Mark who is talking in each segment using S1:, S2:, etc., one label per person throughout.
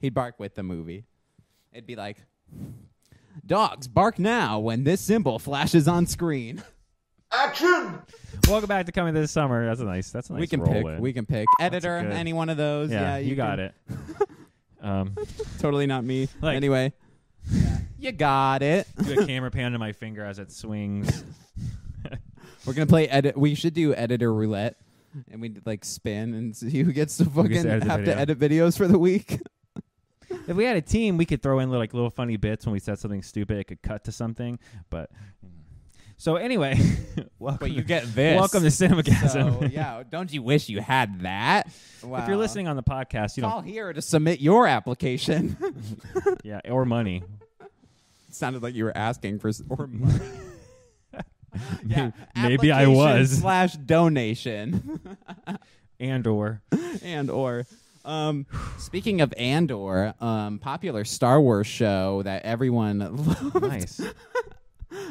S1: He'd bark with the movie. It'd be like, "Dogs bark now when this symbol flashes on screen."
S2: Action!
S3: Welcome back to coming this summer. That's a nice. That's a nice.
S1: we can
S3: roll
S1: pick.
S3: in.
S1: We can pick. Editor,
S3: good-
S1: any one of those.
S3: yeah,
S1: Yeah,
S3: you, got
S1: can-
S3: it. um,
S1: Totally not me.
S3: Like-
S1: anyway, you got it.
S3: do a camera pan to my finger as it swings.
S1: We're gonna play edit. We should do editor roulette, and we like spin and see who gets to fucking
S3: gets to edit the
S1: have to
S3: video.
S1: edit videos for the week.
S3: if we had a team, we could throw in like little funny bits when we said something stupid. It could cut to something, but. So anyway, welcome. to-
S1: get
S3: Welcome to Cinemagasm.
S1: So, yeah, don't you wish you had that? Wow.
S3: If you're listening on the podcast, you
S1: call
S3: don't.
S1: here to submit your application.
S3: Yeah, or money.
S1: sounded like you were asking for s- or money. yeah,
S3: Maybe I
S1: application
S3: was.
S1: slash donation
S3: and or
S1: and or. Um, speaking of Andor, um, popular Star Wars show that everyone loved.
S3: nice.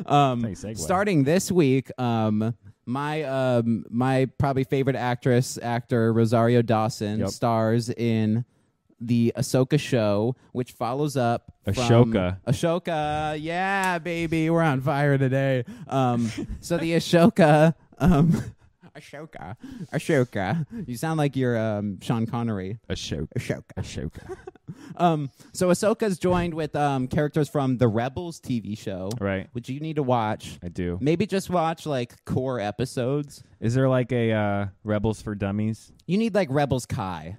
S1: Um,
S3: Nice segue.
S1: starting this week, um, my um, my probably favorite actress actor Rosario Dawson
S3: Yep.
S1: stars in the Ahsoka show, which follows up from-
S3: Ashoka.
S1: Ashoka, yeah, baby, we're on fire today. Um, so the Ashoka. Um, Ashoka, Ashoka. You sound like you're um, Sean Connery.
S3: Ashoka.
S1: Ashoka.
S3: Ashoka.
S1: Um, so Ahsoka's joined with um, characters from the Rebels TV show,
S3: Right.
S1: which you need to watch.
S3: I do.
S1: Maybe just watch like core episodes.
S3: Is there like a uh, Rebels for Dummies?
S1: You need like Rebels Kai,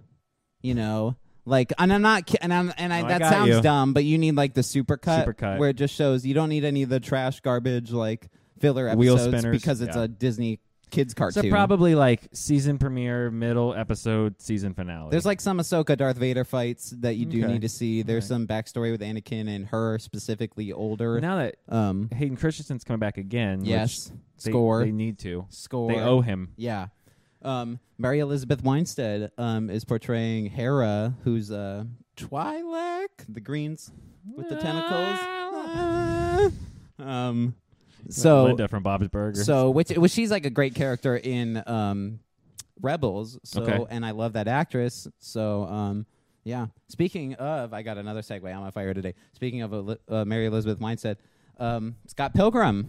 S1: you know, like and I'm not ki- and I'm and I,
S3: No, I
S1: that
S3: got
S1: sounds
S3: you.
S1: dumb, but you need like the super cut,
S3: Supercut.
S1: where it just shows you don't need any of the trash garbage like filler
S3: Wheel
S1: episodes
S3: spinners,
S1: because it's
S3: yeah.
S1: a Disney kids
S3: So
S1: cartoon.
S3: probably like season premiere, middle episode, season finale.
S1: There's like some Ahsoka Darth Vader fights that you do
S3: Okay.
S1: need to see. There's some
S3: Alright.
S1: backstory with Anakin and her specifically older.
S3: now that
S1: um,
S3: Hayden Christensen's coming back again. which
S1: yes,
S3: they,
S1: score,
S3: They need to.
S1: score.
S3: They owe him.
S1: Yeah. Um, Mary Elizabeth Weinstead um, is portraying Hera, who's uh, Twi'lek, the greens with the tentacles. Ah. um, so,
S3: Linda from Bob's Burgers.
S1: so which, which she's like a great character in um, Rebels. So,
S3: Okay.
S1: and I love that actress. So, um, yeah. Speaking of, I got another segue. I'm on fire today. Speaking of Eli- uh, Mary Elizabeth Weinstead, um, Scott Pilgrim,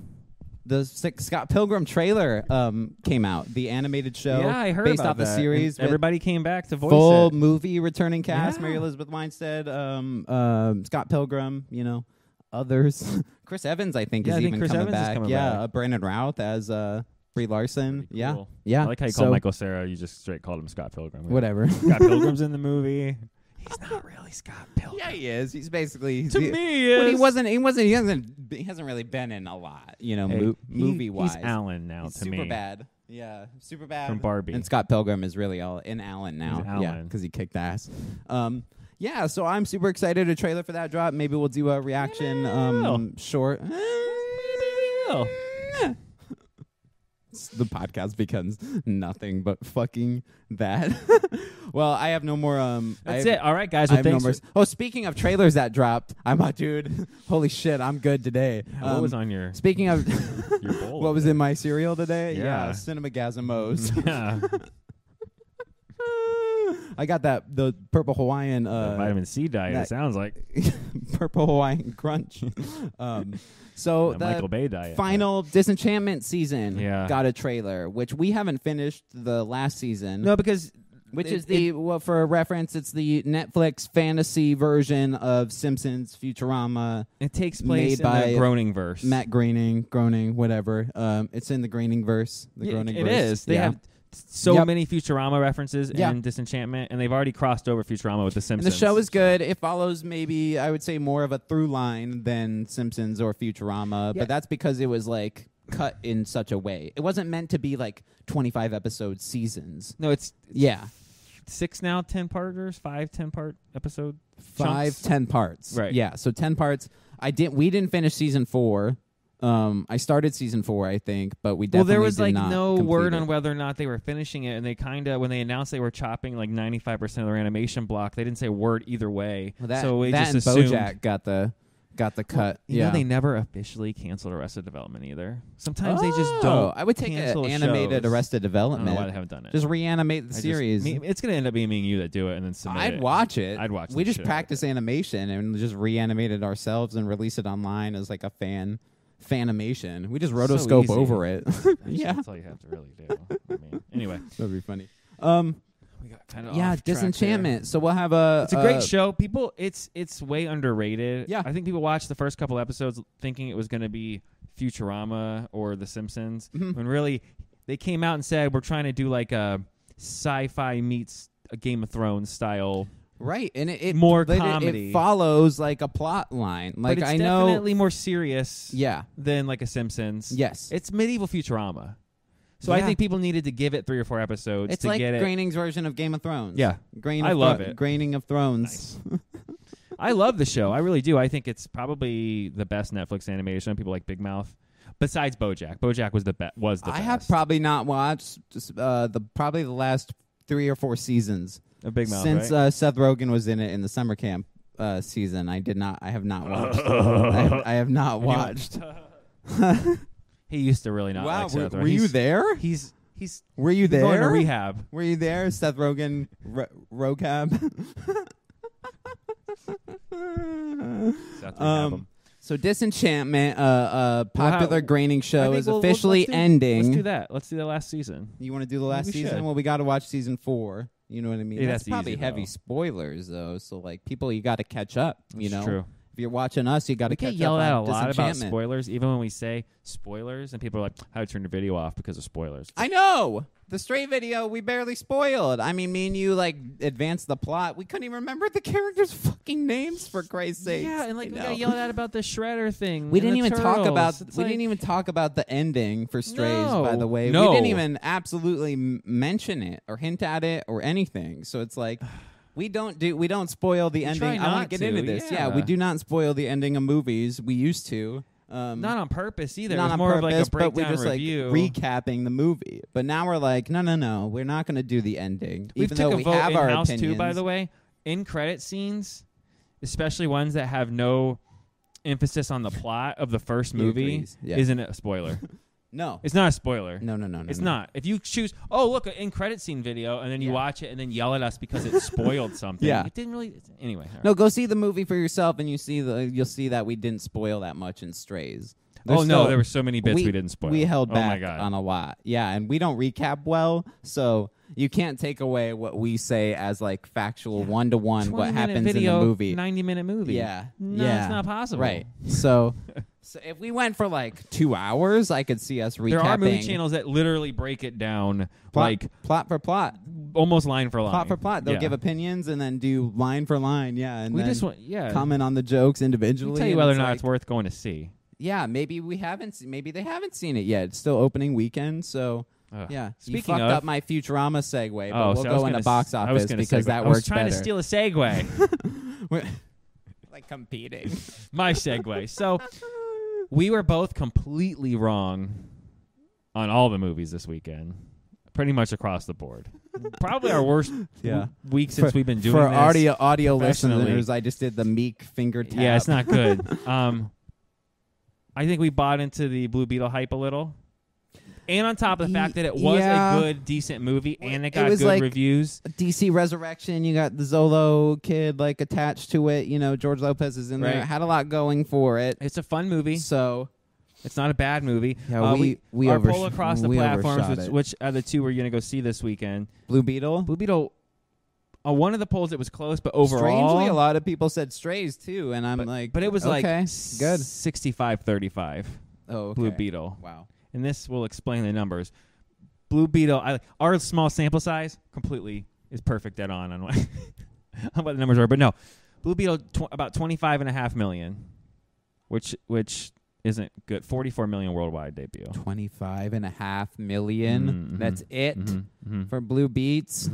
S1: the Sc- Scott Pilgrim trailer um, came out. The animated show,
S3: yeah, I heard
S1: based
S3: about
S1: off the
S3: that.
S1: series.
S3: And
S1: with
S3: everybody came back to voice
S1: full
S3: it.
S1: movie returning cast:
S3: Yeah.
S1: Mary Elizabeth Weinstead, um, um, Scott Pilgrim. You know, others. Chris Evans, I think,
S3: Yeah,
S1: is
S3: I think
S1: even
S3: Chris
S1: coming
S3: Evans is
S1: back.
S3: coming
S1: yeah,
S3: back.
S1: Uh, Brandon Routh as uh, Brie Larson.
S3: Pretty
S1: Yeah,
S3: cool.
S1: yeah.
S3: I like how you
S1: so,
S3: called Michael Sarah. You just straight called him Scott Pilgrim.
S1: Whatever.
S3: Scott Pilgrim's in the movie. He's not really Scott Pilgrim.
S1: yeah, he is. He's basically he's
S3: To
S1: the-
S3: me,
S1: But he
S3: is-
S1: wasn't. He wasn't. He hasn't. He hasn't really been in a lot. You know,
S3: Hey,
S1: mo-
S3: he-
S1: movie wise.
S3: He's Alan now to
S1: super
S3: me.
S1: bad. Yeah, super bad.
S3: From Barbie.
S1: And Scott Pilgrim is really all in Alan now.
S3: He's
S1: Yeah,
S3: Alan.
S1: because he kicked ass. Um, yeah, so I'm super excited. A trailer for that drop. Maybe we'll do a reaction um, short.
S3: will.
S1: the podcast becomes nothing but fucking that. well, I have no more. Um,
S3: That's
S1: I have-
S3: it. All right, guys.
S1: I
S3: Well,
S1: have no
S3: thanks.
S1: more-
S3: for-
S1: oh, speaking of trailers that dropped, I'm a dude. Holy shit, I'm good today.
S3: what
S1: Um,
S3: was on your
S1: Speaking of
S3: your bowl?
S1: what was in my cereal today?
S3: Yeah.
S1: Cinemagasmos.
S3: yeah,
S1: I got that the purple Hawaiian
S3: the
S1: uh,
S3: vitamin C diet.
S1: that-
S3: it sounds like
S1: purple Hawaiian crunch. um, so
S3: the
S1: the
S3: Michael Bay diet.
S1: final Disenchantment season
S3: Yeah.
S1: got a trailer, which we haven't finished the last season.
S3: No, because
S1: Which
S3: it-
S1: is the well, for reference, it's the Netflix fantasy version of Simpsons, Futurama,
S3: it takes
S1: made
S3: place in
S1: by
S3: the groaning verse.
S1: Matt Groening, Groening, whatever. Um, it's in the Groening verse. The
S3: Yeah, it-
S1: Groening
S3: it
S1: verse.
S3: is. They
S1: yeah.
S3: have so
S1: Yep.
S3: many Futurama references
S1: Yeah.
S3: and Disenchantment, and they've already crossed over Futurama with The
S1: And
S3: Simpsons.
S1: the show is good. It follows maybe I would say more of a through line than Simpsons or Futurama,
S3: Yeah.
S1: but that's because it was like cut in such a way. It wasn't meant to be like 25 episode seasons.
S3: no, it's
S1: Yeah,
S3: six now, ten parters, five ten part episode.
S1: five,
S3: chunks.
S1: ten parts.
S3: Right.
S1: Yeah, so 10 parts. I didn't. We didn't finish season four. Um, I started season four, I think, but we
S3: Well,
S1: definitely
S3: there was
S1: did
S3: like
S1: not
S3: no
S1: complete
S3: word
S1: it.
S3: on whether or not they were finishing it, and they kind of when they announced they were chopping like ninety five percent of their animation block, they didn't say a word either way.
S1: Well, that
S3: so we
S1: that
S3: just
S1: and
S3: assumed
S1: BoJack got the got the cut.
S3: You
S1: yeah.
S3: know, they never officially canceled Arrested Development either. Sometimes they just don't.
S1: Oh, I would take
S3: cancel
S1: an animated
S3: shows.
S1: Arrested
S3: I don't know why they
S1: Development.
S3: haven't done it.
S1: Just reanimate the
S3: I just-
S1: series.
S3: me- it's gonna end up being me and you that do it, and then submit
S1: I'd
S3: it.
S1: watch it.
S3: I'd watch
S1: We
S3: the
S1: just
S3: shit out of
S1: practice animation and just reanimate it ourselves and release it online as like a fan fanimation. We just
S3: So
S1: rotoscope
S3: easy.
S1: over it.
S3: Actually,
S1: yeah,
S3: that's all you have to really do. I mean, anyway,
S1: that'd be funny. Um,
S3: we got kind of
S1: yeah, Disenchantment. So we'll have a.
S3: It's a great
S1: uh,
S3: show. People, it's it's way underrated.
S1: Yeah.
S3: I think people watched the first couple episodes thinking it was going to be Futurama or The Simpsons,
S1: Mhm.
S3: when really they came out and said we're trying to do like a sci-fi meets a Game of Thrones style,
S1: Right, and it, it
S3: More
S1: but it- It,
S3: comedy.
S1: follows like a plot line. Like
S3: but it's
S1: I know.
S3: definitely more serious
S1: yeah.
S3: than like a Simpsons.
S1: Yes.
S3: It's medieval Futurama, so I
S1: Yeah.
S3: think people needed to give it three or four episodes
S1: It's
S3: to
S1: like
S3: get it.
S1: Groening's version of Game of Thrones.
S3: Yeah.
S1: Grain
S3: I
S1: of
S3: love
S1: Thro-
S3: it.
S1: Graining of Thrones.
S3: Nice. I love the show. I really do. I think it's probably the best Netflix animation. People like Big Mouth. Besides BoJack, BoJack was the be- was the
S1: I
S3: best.
S1: have probably not watched just, uh, the probably the last three or four seasons
S3: a Big Mouth
S1: since
S3: right?
S1: uh, Seth Rogen was in it in the summer camp uh, season. I did not. I have not watched. I, have, I have not watched.
S3: he used to really not
S1: wow,
S3: like
S1: were,
S3: Seth.
S1: were
S3: Rogen.
S1: you
S3: He's-
S1: there?
S3: He's he's
S1: Were you there?
S3: going to rehab.
S1: Were you there, Seth Rogen, ro- Rocab?
S3: Seth rehab him.
S1: um, so Disenchantment, uh, uh,
S3: Well, how-
S1: popular graining
S3: I
S1: show,
S3: think
S1: is
S3: we'll- we'll-
S1: officially
S3: let's do-
S1: ending.
S3: Let's do that. Let's do the last season.
S1: You want to do the last
S3: we
S1: season?
S3: should.
S1: Well, we got to watch season four. You know what I mean?
S3: Yeah,
S1: that's,
S3: that's
S1: probably
S3: easy,
S1: heavy
S3: though.
S1: spoilers, though. So, like, people, you got to catch up. you
S3: That's
S1: know,
S3: true.
S1: if you're watching us, you got to
S3: We
S1: catch
S3: get yelled
S1: up
S3: at a
S1: on
S3: lot about
S1: Disenchantment.
S3: spoilers, even when we say spoilers, and people are like, "How to turn your video off because of spoilers."
S1: I know the straight video we barely spoiled. I mean, me and you like advanced the plot. We couldn't even remember the characters' fucking names for Christ's sake.
S3: yeah, and like
S1: you
S3: we
S1: know?
S3: got yelled at about the shredder thing.
S1: We
S3: and
S1: didn't
S3: the
S1: even talk about.
S3: turtles. It's
S1: we
S3: like-
S1: didn't even talk about the ending for Strays. by
S3: No.
S1: the way, we
S3: No.
S1: didn't even absolutely m- mention it or hint at it or anything. So it's like we don't do. We don't spoil the ending.
S3: try
S1: I wanna
S3: not
S1: get
S3: to,
S1: into this. Yeah.
S3: yeah.
S1: we do not spoil the ending of movies. We used to. Um,
S3: Not on purpose either.
S1: not
S3: it was
S1: on
S3: more
S1: purpose,
S3: of like a
S1: but we
S3: breakdown
S1: just
S3: review.
S1: like recapping the movie. But now we're like, no, no, no, we're not going to do the ending,
S3: We've
S1: even
S3: took
S1: though
S3: a
S1: we
S3: vote
S1: have
S3: in
S1: our
S3: house
S1: opinions.
S3: too, by the way. In credit scenes, especially ones that have no emphasis on the plot of the first
S1: He
S3: movie,
S1: agrees, yeah.
S3: isn't it a spoiler?
S1: no,
S3: it's not a spoiler.
S1: no, no, no, no,
S3: It's
S1: no.
S3: not. If you choose, oh look, an in credit scene video, and then you
S1: Mm-hmm. Yeah.
S3: watch it, and then yell at us because it spoiled something.
S1: Yeah.
S3: it didn't really. it's- Anyway, all right.
S1: No, go see the movie for yourself, and you see the you'll see that we didn't spoil that much in Strays.
S3: oh
S1: There's still-
S3: no, there were so many bits we, didn't spoil.
S1: We held
S3: oh
S1: back
S3: my God.
S1: on a lot, yeah, and we don't recap well, so you can't take away what we say as like factual one to one what
S3: 20 minute
S1: happens
S3: video,
S1: in the movie.
S3: Ninety minute movie.
S1: Yeah,
S3: no,
S1: yeah,
S3: it's not possible.
S1: Right. So, so if we went for like two hours, I could see us recapping.
S3: There are movie channels that literally break it down
S1: plot,
S3: like
S1: plot for plot,
S3: almost line for line.
S1: plot for plot. They'll
S3: Yeah.
S1: give opinions and then do line for line. Yeah, and
S3: We
S1: then
S3: just want, yeah.
S1: comment on the jokes individually.
S3: We'll tell you
S1: and
S3: whether or
S1: it's
S3: not
S1: like-
S3: it's worth going to see.
S1: yeah, maybe we haven't. se- Maybe they haven't seen it yet. It's still opening weekend, so
S3: Ugh.
S1: yeah. you
S3: Uh, Speaking
S1: fucked
S3: of-
S1: up my Futurama segue, but
S3: Oh,
S1: we'll
S3: so I was
S1: go into
S3: gonna
S1: box
S3: s- I was
S1: office
S3: gonna
S1: because
S3: segue.
S1: that
S3: I was
S1: works
S3: trying
S1: better.
S3: to steal a segue.
S1: like competing.
S3: My segue. So we were both completely wrong on all the movies this weekend, pretty much across the board. Probably our worst
S1: Yeah.
S3: week since we've been doing
S1: for
S3: this.
S1: audio audio
S3: professionally.
S1: listeners. I just did the meek finger tap.
S3: Yeah, it's not good. um, I think we bought into the Blue Beetle hype a little, and on top of the
S1: Ye-
S3: fact that it was
S1: yeah.
S3: a good, decent movie, and it
S1: It
S3: got
S1: was
S3: good
S1: like-
S3: reviews.
S1: DC Resurrection. You got the Zolo kid like attached to it. You know, George Lopez is in there.
S3: Right.
S1: Had a lot going for it.
S3: It's a fun movie.
S1: So
S3: It's not a bad movie.
S1: Yeah,
S3: Uh,
S1: we- we
S3: our
S1: overs-
S3: poll across the
S1: we
S3: platforms,
S1: overshot
S3: which,
S1: it.
S3: which are the two we're going to go see this weekend.
S1: Blue Beetle.
S3: Blue Beetle. On uh, one of the polls, it was close, but overall,
S1: Strangely, a lot of people said Strays too, and I'm
S3: but,
S1: like,
S3: but it was like
S1: okay, good.
S3: 65 35
S1: Oh, okay.
S3: Blue Beetle.
S1: Wow.
S3: and this will explain the numbers. Blue Beetle, I, our small sample size completely is perfect dead on on what, on what the numbers are. But no, Blue Beetle tw- about twenty five and a half million, which which isn't good. Forty four million worldwide debut.
S1: 25 and a half million.
S3: Mhm,
S1: That's it
S3: Mhm, mhm.
S1: for Blue Beats.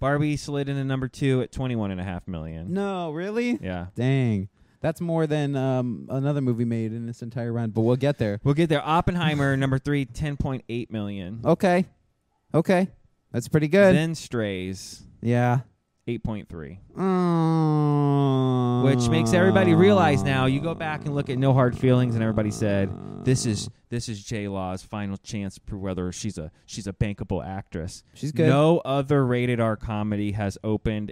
S3: Barbie slid into number two at twenty one and a half million.
S1: No, really?
S3: Yeah.
S1: Dang. That's more than um, another movie made in this entire run, but we'll get there.
S3: We'll get there. Oppenheimer, number three, 10.8 million.
S1: Okay. Okay. That's pretty good.
S3: Then Strays,
S1: yeah.
S3: 8.3.
S1: Oh.
S3: which makes everybody realize now. You go back and look at No Hard Feelings, and everybody said this is
S1: Uh-huh.
S3: this is J Law's final chance to prove whether she's a she's a bankable actress.
S1: She's good.
S3: No other rated R comedy has opened,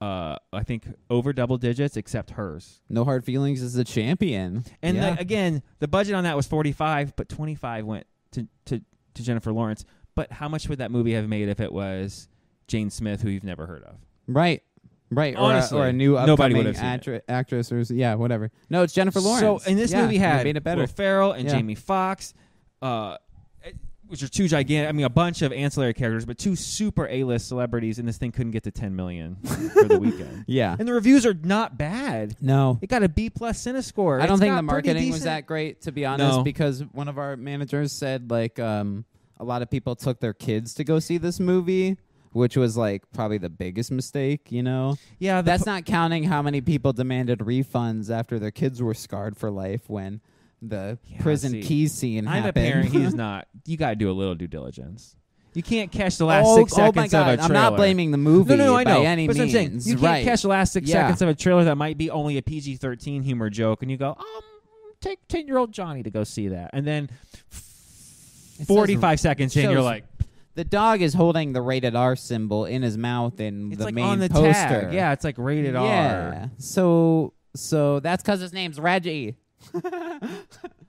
S3: uh, I think over double digits except hers.
S1: No hard feelings is the champion.
S3: And
S1: yeah.
S3: like, again, the budget on that was forty five, but twenty five went to, to to Jennifer Lawrence. But how much would that movie have made if it was Jane Smith, who you've never heard of?
S1: right, right, or a-
S3: Honestly,
S1: or a, new
S3: nobody
S1: upcoming
S3: would have seen it.
S1: actri- actress or s- yeah, whatever. No, it's Jennifer Lawrence.
S3: So, and this
S1: Yeah,
S3: movie
S1: they
S3: had
S1: made it better.
S3: Will Ferrell and
S1: Yeah.
S3: Jamie Foxx, uh, it- which are two gigantic. I mean, a bunch of ancillary characters, but two super A-list celebrities, and this thing couldn't get to 10 million for the weekend.
S1: yeah,
S3: And the reviews are not bad.
S1: no,
S3: It got a B plus CineScore.
S1: I don't
S3: It's
S1: think
S3: got
S1: the
S3: pretty
S1: marketing was
S3: decent-
S1: that great, to be honest,
S3: No.
S1: because one of our managers said like um, a lot of people took their kids to go see this movie, which was like probably the biggest mistake, you know.
S3: Yeah, the
S1: That's
S3: po-
S1: not counting how many people demanded refunds after their kids were scarred for life when the
S3: Yeah,
S1: prison
S3: see,
S1: keys scene
S3: I'm a
S1: happened.
S3: parent. He's not. You got to do a little due diligence. You can't catch the last
S1: oh,
S3: six
S1: oh my
S3: seconds
S1: God.
S3: of a
S1: I'm
S3: trailer.
S1: not blaming the movie
S3: No, no, no, I
S1: by
S3: know.
S1: any
S3: but
S1: means.
S3: that's what I'm saying you can't
S1: right.
S3: catch the last six
S1: Yeah.
S3: seconds of a trailer that might be only a PG-13 humor joke, and you go, um, take ten-year-old Johnny to go see that, and then
S1: It
S3: forty-five seconds in,
S1: shows-
S3: you're like,
S1: the dog is holding the rated R symbol in his mouth in
S3: it's
S1: the
S3: like
S1: main
S3: on the
S1: poster.
S3: tag, yeah, it's like rated
S1: yeah.
S3: R.
S1: So so that's because his name's Reggie.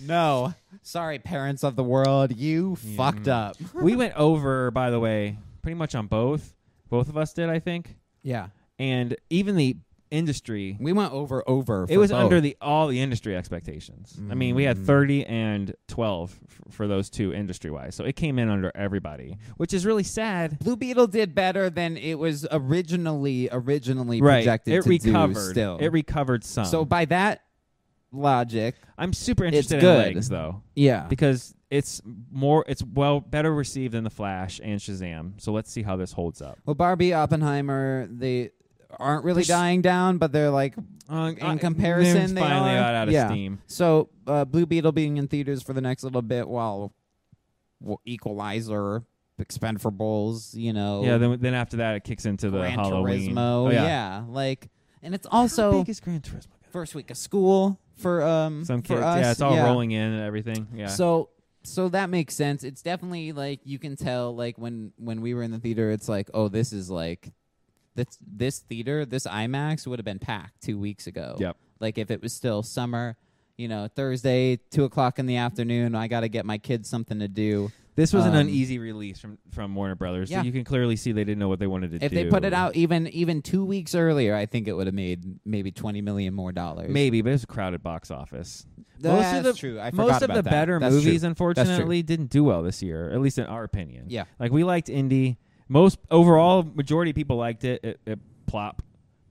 S1: no, sorry, parents of the world, you
S3: Yeah.
S1: fucked up.
S3: we went over, by the way, pretty much on both. Both of us did, I think,
S1: Yeah,
S3: and even the industry.
S1: we went over over.
S3: It
S1: for
S3: was
S1: both. Mm.
S3: under the all the industry expectations. I mean, we had 30 and 12 f- for those two industry wise. So it came in under everybody, which is really sad.
S1: Blue Beetle did better than it was originally originally
S3: right.
S1: projected
S3: it
S1: to
S3: recovered.
S1: do. Still,
S3: It recovered some.
S1: so by that logic,
S3: I'm super
S1: It's
S3: interested
S1: good.
S3: in legs though
S1: yeah,
S3: because it's more it's well better received than the Flash and Shazam. So let's see how this holds up.
S1: Well, Barbie Oppenheimer, they aren't really
S3: They're s-
S1: dying down, but they're like
S3: Uh,
S1: in comparison, they
S3: finally
S1: are-
S3: got out of
S1: yeah.
S3: steam.
S1: so. Uh, Blue Beetle being in theaters for the next little bit, while well, Equalizer, Expendables, you know,
S3: Yeah, then then after that it kicks into the
S1: Oh. Gran
S3: Halloween.
S1: Turismo,
S3: Oh, yeah.
S1: like, and it's
S3: how
S1: also
S3: big is Gran Turismo?
S1: first week of school for um
S3: Some
S1: for
S3: kids,
S1: us.
S3: yeah, it's all rolling in and everything. Yeah,
S1: So so that makes sense. It's definitely like you can tell like when when we were in the theater, it's like oh this is like this this theater this IMAX would have been packed two weeks ago.
S3: Yep.
S1: Like if it was still summer, you know Thursday two o'clock in the afternoon, I got to get my kids something to do.
S3: This was an
S1: Um,
S3: uneasy release from from Warner Brothers.
S1: Yeah.
S3: So you can clearly see they didn't know what they wanted to do.
S1: If they put it out even even two weeks earlier, I think it would have made maybe twenty million more dollars.
S3: maybe, but it was a crowded box office.
S1: that's
S3: most of the-
S1: true. I
S3: Most
S1: forgot
S3: of
S1: about
S3: the
S1: that.
S3: better
S1: That's true.
S3: movies, unfortunately, didn't do well this year, at least in our opinion.
S1: Yeah.
S3: like we liked indie. Most overall, majority of people liked it. It, it plop.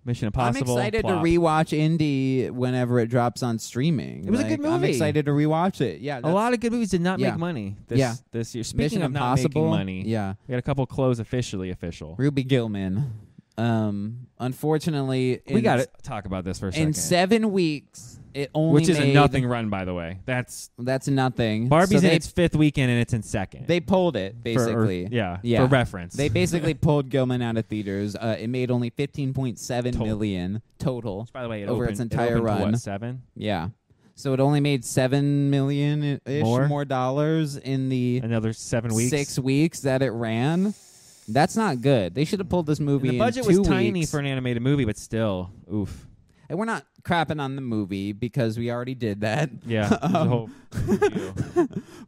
S3: Mission Impossible.
S1: I'm excited
S3: plop.
S1: to rewatch Indie whenever it drops on streaming.
S3: It was a good
S1: I'm
S3: movie.
S1: excited to rewatch it. Yeah,
S3: A lot of good movies did not
S1: Yeah.
S3: make money this
S1: Yeah.
S3: this year. Speaking
S1: Mission
S3: of
S1: Impossible.
S3: not making money,
S1: Yeah,
S3: we had a couple clothes officially official.
S1: Ruby Gilman. Um, unfortunately,
S3: we
S1: in-
S3: got to talk about this for a second.
S1: In seven weeks, it only
S3: which is a
S1: made-
S3: nothing run, by the way. That's
S1: That's nothing.
S3: Barbie's
S1: So
S3: in
S1: they,
S3: its fifth weekend and it's in second.
S1: they pulled it
S3: For- or-
S1: basically.
S3: yeah,
S1: Yeah.
S3: For reference,
S1: They basically pulled Gilman out of theaters. Uh, it made only fifteen point seven
S3: Total.
S1: million total.
S3: by the way, it
S1: over its
S3: opened, it
S1: entire
S3: opened to
S1: run.
S3: what, seven
S1: Yeah. So it only made seven million ish
S3: More?
S1: more dollars in the
S3: another seven weeks.
S1: six weeks that it ran. That's not good. They should have pulled this
S3: And
S1: movie.
S3: the
S1: in
S3: budget
S1: two
S3: was tiny
S1: weeks.
S3: for an animated movie, but still, oof.
S1: And we're not crapping on the movie because we already did that.
S3: Yeah, there's
S1: Um,
S3: a whole review.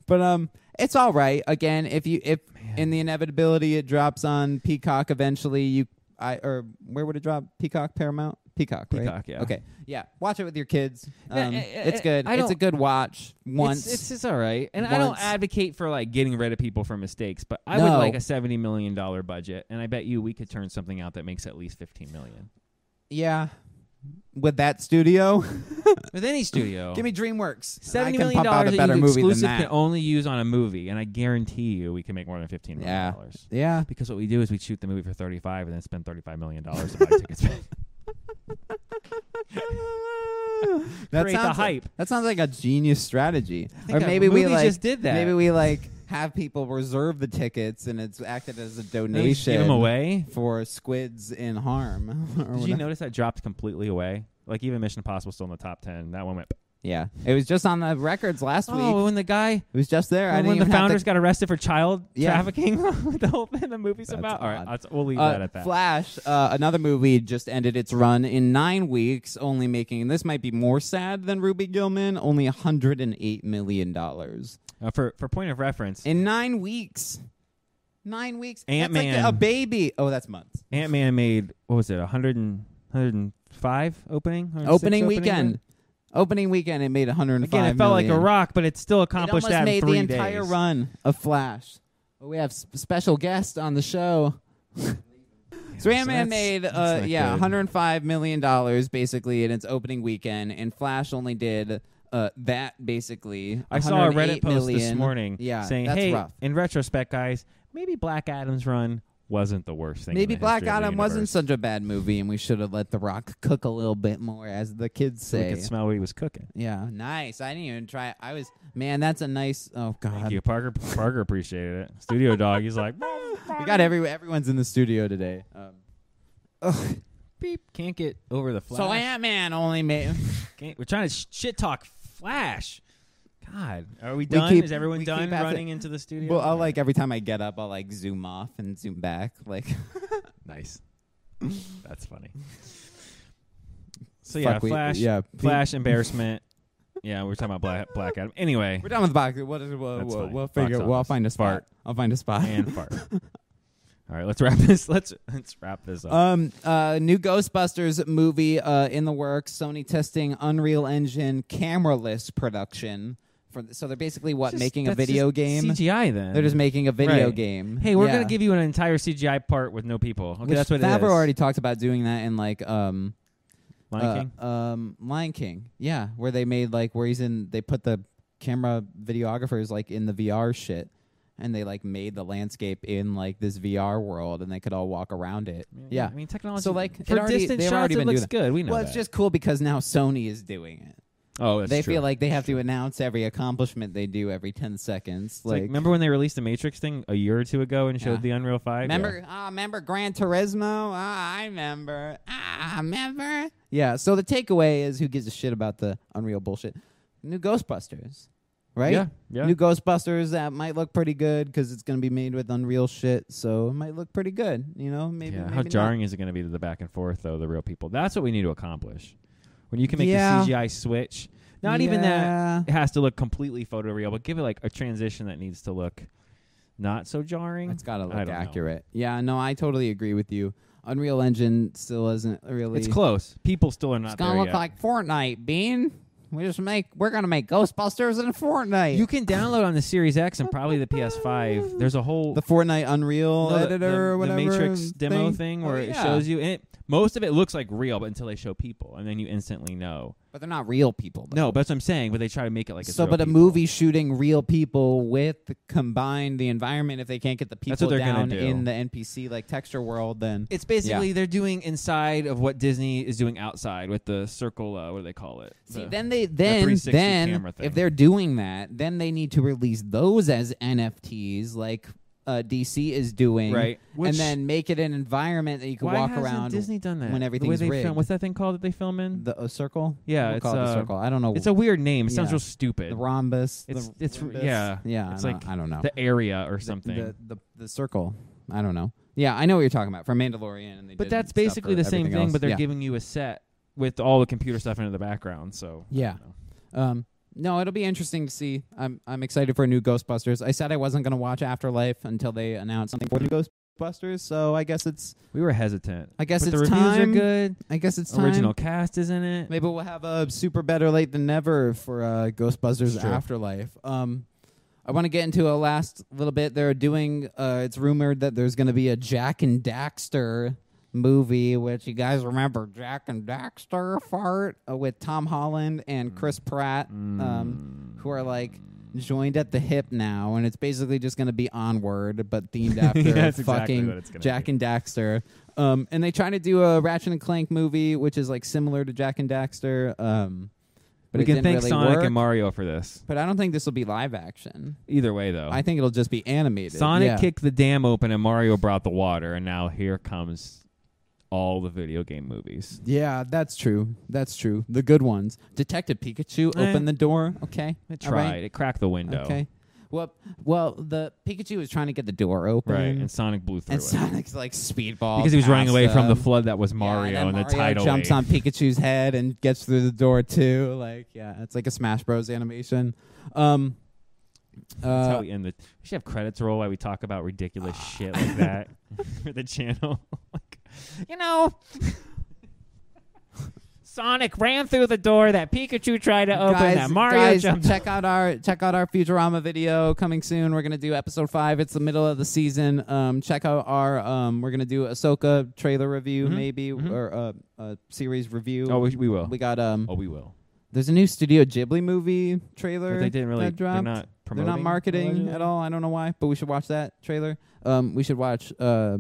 S1: But um, it's all right. Again, if you if in the inevitability it drops on Peacock eventually, you I or where would it drop? Peacock, Paramount, Peacock, right?
S3: Peacock, yeah.
S1: Okay, yeah. Watch it with your kids.
S3: Yeah,
S1: Um,
S3: eh, eh,
S1: it's good.
S3: I
S1: It's a
S3: don't-
S1: good watch. Once
S3: it's, it's, it's all right, and I don't
S1: Once.
S3: advocate for like getting rid of people for mistakes, but I
S1: No.
S3: would like a seventy million dollar budget, and I bet you we could turn something out that makes at least fifteen million
S1: yeah. With that studio,
S3: with any studio.
S1: give me DreamWorks.
S3: Seventy
S1: I can
S3: Oh. million
S1: pump out
S3: dollars
S1: a better
S3: that you
S1: movie than
S3: exclusive
S1: that.
S3: can only use on a movie, and I guarantee you we can make more than fifteen million
S1: Yeah.
S3: dollars.
S1: yeah.
S3: Because what we do is we shoot the movie for thirty five and then spend thirty five million dollars to buy tickets. back.
S1: that
S3: Create the
S1: sounds
S3: hype.
S1: Like, that sounds like a genius strategy.
S3: I
S1: Or
S3: think a
S1: maybe we
S3: movie
S1: like
S3: just did that.
S1: maybe we like have people reserve the tickets, and it's acted as a
S3: They just
S1: donation
S3: Give them away.
S1: for squids in harm. or
S3: Did you
S1: whatever.
S3: notice that dropped completely away? Like even Mission Impossible still in the top ten. That one went.
S1: Yeah, it was just on the records last week.
S3: Oh, when the guy,
S1: It was just there. I didn't
S3: when the
S1: even have to-
S3: founders got arrested for child
S1: Yeah.
S3: trafficking, the whole thing the movie's
S1: That's
S3: about. All right,
S1: odd.
S3: I'll- we'll leave
S1: Uh,
S3: that at that.
S1: Flash, uh, another movie, just ended its run in nine weeks, only making this might be more sad than Ruby Gilman, only 108 million dollars
S3: Uh, for for point of reference,
S1: in nine weeks. Nine weeks. That's
S3: Ant-Man.
S1: like a baby. Oh, that's months.
S3: Ant Man made what was it, 100 and, 105 opening, 106
S1: Opening weekend. Opening weekend, it made 105
S3: Again, it felt like a
S1: million.
S3: rock, but it still
S1: It
S3: accomplished
S1: almost
S3: that
S1: made
S3: in three
S1: the entire
S3: days.
S1: run of Flash. But we have sp- special guest on the show. So Ant Man
S3: that's-
S1: made
S3: that's
S1: uh,
S3: not
S1: yeah,
S3: good.
S1: 105 million dollars basically in its opening weekend, and Flash only did uh, that basically.
S3: I saw a
S1: 108
S3: Reddit post this
S1: million.
S3: morning
S1: Yeah,
S3: saying,
S1: that's
S3: "Hey,
S1: rough.
S3: in retrospect, guys, maybe Black Adam's run wasn't the worst thing. in
S1: Maybe
S3: the
S1: Black
S3: history of the
S1: Adam wasn't
S3: universe."
S1: such a bad movie, and we should have let The Rock cook a little bit more, as the kids
S3: So We
S1: say.
S3: could smell what he was cooking.
S1: yeah, nice. I didn't even try. I was man, that's a nice. Oh
S3: Thank
S1: god,
S3: you, Parker. Parker appreciated it. Studio dog, he's like,
S1: we got every everyone's in the studio today. Um, ugh.
S3: beep. Can't get over the flash.
S1: so Ant Man only made.
S3: Can't- we're trying to sh- shit talk Flash. God, are
S1: We
S3: we done?
S1: keep-
S3: Is everyone
S1: we
S3: done
S1: keep after-
S3: running into the studio?
S1: Well, I'll like every time I get up, I'll like zoom off and zoom back. Like,
S3: nice. That's funny. So yeah,
S1: fuck, we-
S3: Flash.
S1: yeah,
S3: Flash embarrassment. Yeah, we're talking about Black, Black Adam. Anyway,
S1: We're done with boxing. What is, we'll,
S3: That's
S1: we'll,
S3: fine.
S1: we'll figure.
S3: Box
S1: Well, I'll
S3: office.
S1: find a spot.
S3: Fart.
S1: I'll find a spot.
S3: and fart. All right, let's wrap this. Let's let's wrap this up.
S1: um, uh, new Ghostbusters movie uh, in the works. Sony testing Unreal Engine cameraless production. For so they're basically what
S3: Just-
S1: making a
S3: that's
S1: video
S3: just
S1: game.
S3: CGI then.
S1: They're just making a video
S3: Right.
S1: game.
S3: Hey, we're
S1: Yeah.
S3: gonna give you an entire CGI part with no people. Okay,
S1: Which
S3: that's what it
S1: Favreau
S3: is.
S1: already talked about doing that in like um
S3: Lion
S1: uh,
S3: King.
S1: um Lion King. Yeah, where they made like where he's in they put the camera videographers like in the VR shit and they like made the landscape in like this VR world and they could all walk around it. Yeah.
S3: I mean technology.
S1: So, like, it
S3: for
S1: already-
S3: distant
S1: they've
S3: shots,
S1: already
S3: it
S1: been
S3: looks
S1: doing
S3: good. We know.
S1: Well, it's
S3: that.
S1: just cool because now Sony is doing it.
S3: oh, that's
S1: they
S3: true.
S1: feel like they have to announce every accomplishment they do every 10 seconds.
S3: It's like, remember when they released the Matrix thing a year or two ago and showed
S1: Yeah.
S3: the Unreal Five?
S1: Remember, ah, remember Gran Turismo? Ah, I remember. Ah, I remember. Yeah. So the takeaway is, who gives a shit about the Unreal bullshit? New Ghostbusters, right?
S3: Yeah, yeah.
S1: New Ghostbusters that might look pretty good because it's gonna be made with Unreal shit, so it might look pretty good. You know,
S3: Yeah.
S1: maybe.
S3: Yeah,
S1: maybe
S3: How
S1: not.
S3: jarring is it going to be to the back and forth though? The real people. That's what we need to accomplish. When you can make
S1: Yeah.
S3: the CGI switch, not even that
S1: Yeah.
S3: it has to look completely photoreal, but give it like a transition that needs to look not so jarring.
S1: It's gotta
S3: I
S1: look
S3: don't know.
S1: accurate. Yeah. No, I totally agree with you. Unreal Engine still isn't really.
S3: It's close. People still are not
S1: It's
S3: there
S1: gonna look
S3: yet.
S1: like Fortnite, Bean. We just make. We're gonna make Ghostbusters in Fortnite.
S3: you can download on the Series X and probably the PS5. There's a whole
S1: the Fortnite Unreal
S3: No, the-
S1: editor
S3: the,
S1: or
S3: the
S1: whatever
S3: Matrix demo thing, where
S1: Oh,
S3: it
S1: yeah.
S3: shows you. And it, most of it looks like real, but until they show people, and then you instantly know.
S1: But they're not real people. Though.
S3: No, but that's what I'm saying. But they try to make it like it's
S1: so,
S3: real
S1: but a
S3: people.
S1: movie shooting real people with combined the environment. If they can't get the people
S3: That's what they're gonna
S1: down
S3: do.
S1: in the NPC like texture world, then
S3: It's basically they're doing inside of what Disney is doing outside with the circle. Uh, what do they call it?
S1: see,
S3: The-
S1: then they then
S3: 360 camera
S1: then
S3: thing.
S1: if they're doing that, then they need to release those as NFTs, like uh, DC is doing,
S3: Right. Which-
S1: and then make it an environment that you can
S3: why
S1: walk
S3: hasn't
S1: around.
S3: Disney done that
S1: when
S3: the way
S1: everything's
S3: they
S1: rigged.
S3: Film, what's that thing called that they film in?
S1: the a circle.
S3: Yeah,
S1: We'll
S3: it's,
S1: call it the
S3: uh,
S1: circle. I don't know.
S3: it's a weird name. It sounds
S1: Yeah.
S3: real stupid.
S1: the rhombus.
S3: it's
S1: the
S3: it's
S1: rhombus.
S3: yeah
S1: Yeah,
S3: It's
S1: I
S3: like
S1: don't, I don't know.
S3: the area or
S1: The-
S3: something.
S1: The, the, the, circle. I don't know. Yeah, I know what you're talking about from Mandalorian. And they
S3: but
S1: did
S3: that's
S1: stuff
S3: basically
S1: for
S3: the same
S1: everything
S3: thing.
S1: else.
S3: But they're
S1: yeah.
S3: giving you a set with all the computer stuff into the background. So I
S1: Yeah.
S3: don't know.
S1: Um, no, it'll be interesting to see. I'm I'm excited for a new Ghostbusters. I said I wasn't going to watch Afterlife until they announced something for new Ghostbusters. So I guess it's
S3: we were hesitant.
S1: I guess
S3: but
S1: it's
S3: the reviews
S1: time.
S3: are good.
S1: I guess it's time.
S3: Original cast is in it.
S1: Maybe we'll have a super better late than never for uh, Ghostbusters
S3: It's true.
S1: Afterlife. Um, I want to get into a last little bit. They're doing. Uh, it's rumored that there's going to be a Jack and Daxter movie, which you guys remember Jack and Daxter fart uh, with Tom Holland
S3: Mm.
S1: and Chris Pratt, um, who are like joined at the hip now, and it's basically just going to be onward, but themed after
S3: Yeah, that's exactly
S1: fucking
S3: what it's gonna
S1: Jack
S3: be.
S1: and Daxter. Um, and they try to do a Ratchet and Clank movie, which is like similar to Jack and Daxter. Um, but
S3: we
S1: it
S3: can
S1: didn't
S3: thank
S1: really
S3: Sonic
S1: work.
S3: and Mario for this.
S1: But I don't think this will be live action.
S3: Either way, though,
S1: I think it'll just be animated.
S3: Sonic
S1: yeah.
S3: kicked the dam open and Mario brought the water, and now here comes all the video game movies.
S1: Yeah, that's true. That's true. The good ones. Detective Pikachu
S3: Eh.
S1: opened the door. Okay.
S3: It
S1: All
S3: tried.
S1: right.
S3: It cracked the window.
S1: Okay. Well, well, the Pikachu was trying to get the door open.
S3: Right. And Sonic blew through
S1: and
S3: it.
S1: Sonic's like speedball
S3: because he was running
S1: past
S3: away from the
S1: them.
S3: flood that was
S1: Yeah,
S3: Mario
S1: then
S3: and, the
S1: Mario
S3: tidal
S1: jumps
S3: wave.
S1: on Pikachu's head and gets through the door too. Like, yeah, it's like a Smash Bros. animation. Um,
S3: That's how
S1: uh,
S3: we end the. We should have credits roll while we talk about ridiculous shit like that for the channel. like, you know, Sonic ran through the door that Pikachu tried to open.
S1: guys,
S3: that Mario
S1: guys,
S3: jumped.
S1: check out our check out our Futurama video coming soon. We're gonna do episode five. It's the middle of the season. Um, check out our um, we're gonna do Ahsoka trailer review,
S3: Mhm,
S1: maybe
S3: mhm.
S1: or uh, a series review.
S3: oh, we, we will.
S1: we got um.
S3: oh, we will.
S1: There's a new Studio Ghibli movie trailer.
S3: But they didn't really.
S1: that
S3: They're
S1: dropped.
S3: not
S1: They're
S3: promoting.
S1: not marketing at all. I don't know why, but we should watch that trailer. Um, we should watch uh,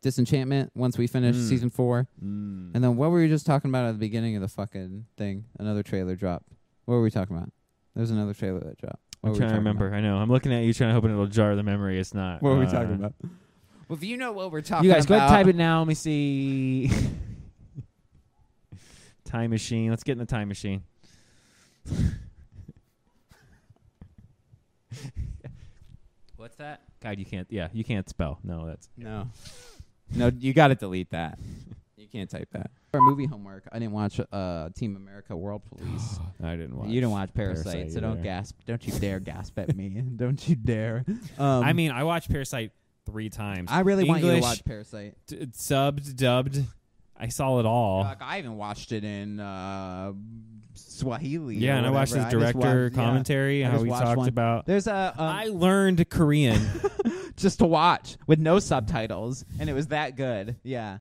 S1: Disenchantment once we finish
S3: Mm.
S1: season four.
S3: Mm.
S1: And then what were we just talking about at the beginning of the fucking thing? Another trailer drop. What were we talking about? There was another trailer that dropped. What were we
S3: I'm trying to
S1: talking
S3: remember.
S1: about?
S3: I know. I'm looking at you, trying to hoping it'll jar the memory. It's not.
S1: What were we
S3: Uh,
S1: talking about? Well, if you know what we're talking
S3: You guys,
S1: about,
S3: go ahead and type it now. Let me see. time machine. Let's get in the time machine. What's that? God, you can't. Yeah, you can't spell. No, that's.
S1: No, no, you got to delete that. You can't type that. Our movie homework. I didn't watch uh, Team America: World Police.
S3: I didn't watch.
S1: You didn't watch Parasite,
S3: Parasite
S1: so don't
S3: either.
S1: gasp. Don't you dare gasp at me. Don't you dare. Um,
S2: I mean, I watched Parasite three times.
S1: I really want you to
S2: English-
S1: watch Parasite.
S2: D- subbed, dubbed. I saw it all.
S1: Fuck, I even watched it in uh, Swahili.
S2: yeah,
S1: or
S2: and I watched his
S1: whatever. just
S2: director
S1: watched- yeah.
S2: commentary,
S1: I
S2: how
S1: just
S2: we
S1: watched
S2: talked
S1: one.
S2: about.
S1: There's a um,
S2: I learned Korean.
S1: just to watch with no subtitles, and it was that good. Yeah,